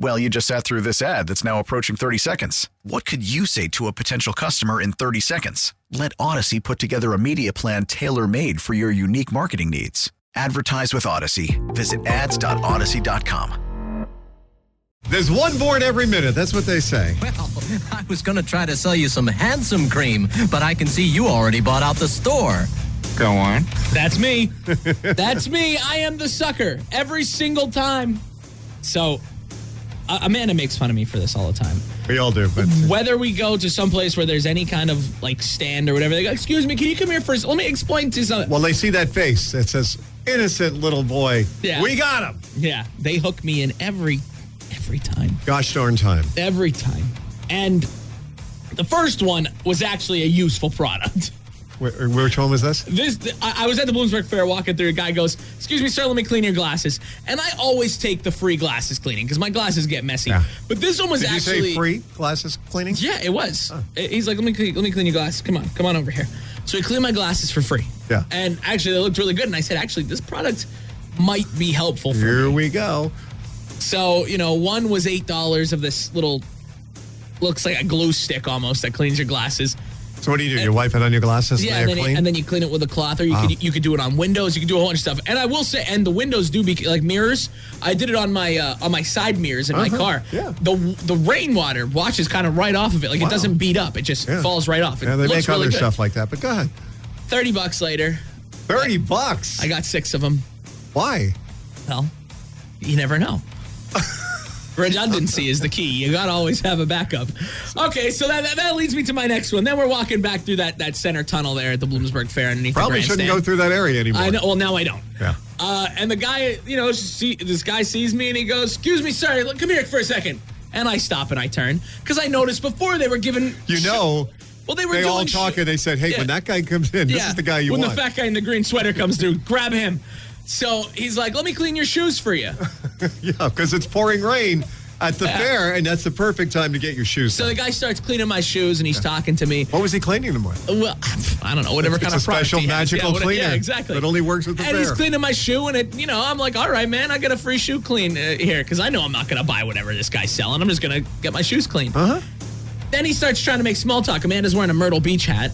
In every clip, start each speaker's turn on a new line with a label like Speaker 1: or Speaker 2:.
Speaker 1: Well, you just sat through this ad that's now approaching 30 seconds. What could you say to a potential customer in 30 seconds? Let Odyssey put together a media plan tailor made for your unique marketing needs. Advertise with Odyssey. Visit ads.odyssey.com.
Speaker 2: There's one born every minute. That's what they say.
Speaker 3: Well, I was going to try to sell you some handsome cream, but I can see you already bought out the store.
Speaker 2: Go on.
Speaker 4: That's me. That's me. I am the sucker every single time. So, uh, Amanda makes fun of me for this all the time.
Speaker 2: We all do, but
Speaker 4: Whether we go to some place where there's any kind of like stand or whatever, they go, "Excuse me, can you come here first? Let me explain to you something."
Speaker 2: well, they see that face that says innocent little boy.
Speaker 4: Yeah.
Speaker 2: We got him.
Speaker 4: yeah, they hook me in every every time.
Speaker 2: Gosh darn time.
Speaker 4: every time. And the first one was actually a useful product.
Speaker 2: Wh- Which one was this?
Speaker 4: This I, I was at the Bloomsburg Fair walking through. A guy goes, "Excuse me, sir, let me clean your glasses." And I always take the free glasses cleaning because my glasses get messy.
Speaker 2: Yeah.
Speaker 4: But this one was
Speaker 2: Did
Speaker 4: actually
Speaker 2: you say free glasses cleaning?
Speaker 4: Yeah, it was. I- He's like, "Let me clean, let me clean your glasses. Come on, come on over here." So he cleaned my glasses for free.
Speaker 2: Yeah.
Speaker 4: And actually, they looked really good. And I said, "Actually, this product might be helpful for
Speaker 2: Here we go.
Speaker 4: So, you know, one was $8 of this little, looks like a glue stick almost that cleans your glasses.
Speaker 2: So what do you do? You wipe it on your glasses and
Speaker 4: Yeah, and
Speaker 2: they are
Speaker 4: then, it,
Speaker 2: clean? Ah.
Speaker 4: and then you clean it with a cloth, or you could you could do it on windows. You could do a whole bunch of stuff. And I will say, and the windows do be like mirrors. I did it on my uh, on my side mirrors in
Speaker 2: Uh-huh,
Speaker 4: my car.
Speaker 2: yeah.
Speaker 4: The the rainwater washes kind of right off of it. Like
Speaker 2: Wow.
Speaker 4: it doesn't beat up. It just
Speaker 2: Yeah.
Speaker 4: falls right off. It
Speaker 2: yeah, they
Speaker 4: looks
Speaker 2: make
Speaker 4: really
Speaker 2: other
Speaker 4: good.
Speaker 2: stuff like that, but go ahead.
Speaker 4: Thirty bucks later,
Speaker 2: 30 bucks.
Speaker 4: I got six of them.
Speaker 2: Why?
Speaker 4: Well, you never know. Redundancy is the key. You gotta always have a backup. Okay, so that, that, that leads me to my next one. Then we're walking back through that, that center tunnel there at the Bloomsburg Fair underneath
Speaker 2: Probably
Speaker 4: the
Speaker 2: shouldn't
Speaker 4: grandstand.
Speaker 2: go through that area anymore.
Speaker 4: I know. Well, now I don't.
Speaker 2: Yeah.
Speaker 4: Uh, and the guy, you know, see, this guy sees me and he goes, "Excuse me, sir, look, come here for a second. And I stop and I turn because I noticed before they were giving.
Speaker 2: You know,
Speaker 4: well, they were
Speaker 2: they
Speaker 4: doing
Speaker 2: all
Speaker 4: sh-
Speaker 2: talk and they said, hey,
Speaker 4: Yeah.
Speaker 2: when that guy comes in, this is the guy you
Speaker 4: when
Speaker 2: want.
Speaker 4: the fat guy in the green sweater comes through, grab him. So he's like, "Let me clean your shoes for you."
Speaker 2: yeah, because it's pouring rain at the fair, and that's the perfect time to get your shoes.
Speaker 4: So the
Speaker 2: done.
Speaker 4: guy starts cleaning my shoes and he's talking to me.
Speaker 2: what was he cleaning them with?
Speaker 4: Well, I don't know, whatever
Speaker 2: It's
Speaker 4: kind
Speaker 2: a
Speaker 4: of product
Speaker 2: special
Speaker 4: he has.
Speaker 2: magical
Speaker 4: yeah, what-
Speaker 2: cleaner
Speaker 4: Yeah, exactly.
Speaker 2: that only works with the
Speaker 4: And he's
Speaker 2: fair.
Speaker 4: cleaning my shoe, and it, you know, I'm like, all right, man, I get a free shoe clean uh, here because I know I'm not going to buy whatever this guy's selling. I'm just going to get my shoes cleaned.
Speaker 2: Uh huh.
Speaker 4: Then he starts trying to make small talk. Amanda's wearing a Myrtle Beach hat,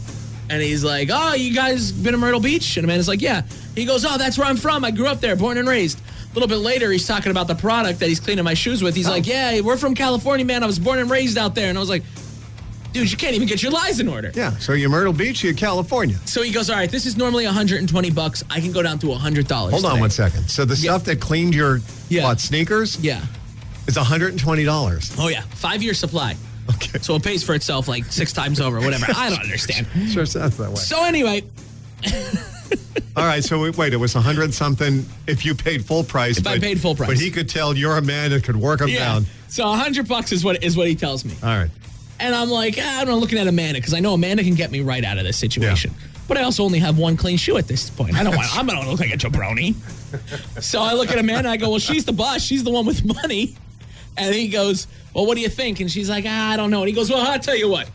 Speaker 4: and he's like, oh, you guys been to Myrtle Beach? And Amanda's like, yeah. He goes, oh, that's where I'm from. I grew up there, born and raised. A little bit later, he's talking about the product that he's cleaning my shoes with.
Speaker 2: Oh.
Speaker 4: He's like, yeah, we're from California, man. I was born and raised out there. And I was like, dude, you can't even get your lies in order.
Speaker 2: Yeah. So you're Myrtle Beach, you're California.
Speaker 4: So he goes, all right, this is normally 120 bucks. I can go down to 100 dollars.
Speaker 2: Hold on one second. So the
Speaker 4: Yeah.
Speaker 2: stuff that cleaned your
Speaker 4: Yeah.
Speaker 2: what, sneakers
Speaker 4: Yeah.
Speaker 2: is $120.
Speaker 4: Oh yeah. Five year supply.
Speaker 2: Okay.
Speaker 4: So it pays for itself like six times over. Whatever. I don't understand.
Speaker 2: Sure sounds that way.
Speaker 4: So anyway,
Speaker 2: All right. So wait, wait, it was 100 something if you paid full price.
Speaker 4: If I paid full price.
Speaker 2: But he could tell you're a man that could work them
Speaker 4: yeah.
Speaker 2: down.
Speaker 4: So 100 bucks is what is what he tells me,
Speaker 2: All right.
Speaker 4: and I'm like, ah, I'm not looking at Amanda because I know Amanda can get me right out of this situation. But I also only have one clean shoe at this point. I don't want. I'm gonna look like a jabroni. So I look at Amanda. I go, well, she's the boss. She's the one with money. And he goes, well, what do you think? And she's like, ah, I don't know. And he goes, well, I'll tell you what.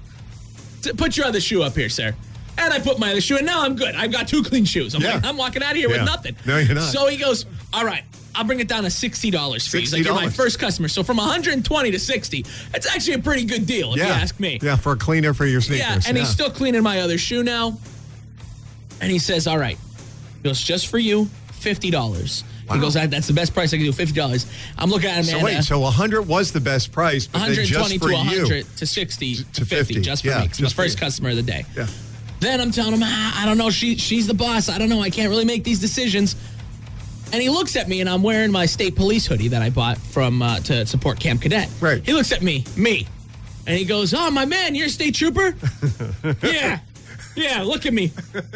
Speaker 4: T- Put your other shoe up here, sir. And I put my other shoe, and now I'm good. I've got two clean shoes. I'm
Speaker 2: Yeah.
Speaker 4: like, I'm walking out of here
Speaker 2: Yeah.
Speaker 4: with nothing.
Speaker 2: No, you're not.
Speaker 4: So he goes, all right. I'll bring it down to sixty dollars for you. He's like, you're my
Speaker 2: $60.
Speaker 4: first customer. So from 120 to 60, that's actually a pretty good deal, if
Speaker 2: Yeah.
Speaker 4: you ask me.
Speaker 2: Yeah, for a cleaner for your sneakers.
Speaker 4: Yeah, and he's still cleaning my other shoe now. And he says, All right, he goes, just for you, $50.
Speaker 2: Wow.
Speaker 4: He goes, "That- That's the best price I can do, $50. I'm looking at him,
Speaker 2: So wait, so 100 was the best price, but then just
Speaker 4: 120
Speaker 2: for
Speaker 4: to
Speaker 2: you.
Speaker 4: 100 to 60 to 50,
Speaker 2: 50,
Speaker 4: just for
Speaker 2: yeah,
Speaker 4: me. 'cause
Speaker 2: just
Speaker 4: my
Speaker 2: for
Speaker 4: first
Speaker 2: you.
Speaker 4: customer of the day.
Speaker 2: Yeah.
Speaker 4: Then I'm telling him, ah, I don't know. She she's the boss. I don't know. I can't really make these decisions. And he looks at me, and I'm wearing my state police hoodie that I bought from uh, to support Camp Cadet.
Speaker 2: Right.
Speaker 4: He looks at me, me, and he goes, "Oh, my man, you're a state trooper." yeah. Yeah, look at me.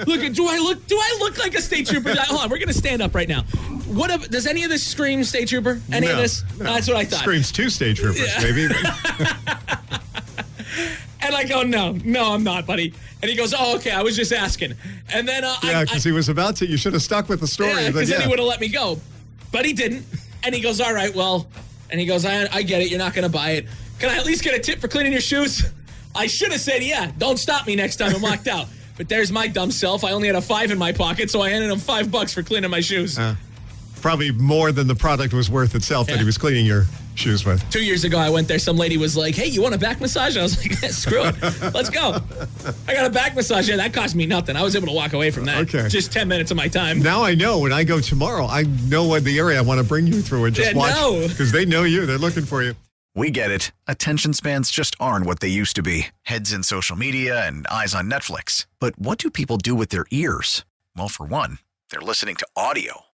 Speaker 4: Look at do I look do I look like a state trooper? Hold on, we're gonna stand up right now. What if, does any of this scream state trooper? Any of
Speaker 2: No,
Speaker 4: this?
Speaker 2: no.
Speaker 4: That's what I thought.
Speaker 2: Screams two state troopers, maybe.
Speaker 4: And I go, no, no, I'm not, buddy. And he goes, oh, okay, I was just asking. And then uh,
Speaker 2: Yeah,
Speaker 4: I,
Speaker 2: because he was about to. You should have stuck with the story.
Speaker 4: yeah,
Speaker 2: but
Speaker 4: 'cause then
Speaker 2: yeah.
Speaker 4: he would have let me go, but he didn't. And he goes, all right, well, and he goes, I, I get it, you're not gonna buy it. Can I at least get a tip for cleaning your shoes? I should have said, yeah, don't stop me next time I'm locked out. But there's my dumb self. I only had a five in my pocket, so I handed him five bucks for cleaning my shoes.
Speaker 2: Probably more than the product was worth itself that
Speaker 4: Yeah.
Speaker 2: he was cleaning your shoes with.
Speaker 4: Two years ago, I went there. Some lady was like, "Hey, you want a back massage?" And I was like, "Screw it, let's go." I got a back massage. Yeah, that cost me nothing. I was able to walk away from that.
Speaker 2: Okay.
Speaker 4: just ten minutes of my time.
Speaker 2: Now I know when I go tomorrow, I know what the area I want to bring you through and just
Speaker 4: Yeah,
Speaker 2: watch
Speaker 4: no.
Speaker 2: because they know you. They're looking for you.
Speaker 1: We get it. Attention spans just aren't what they used to be heads in social media and eyes on Netflix. But what do people do with their ears? Well, for one, they're listening to audio.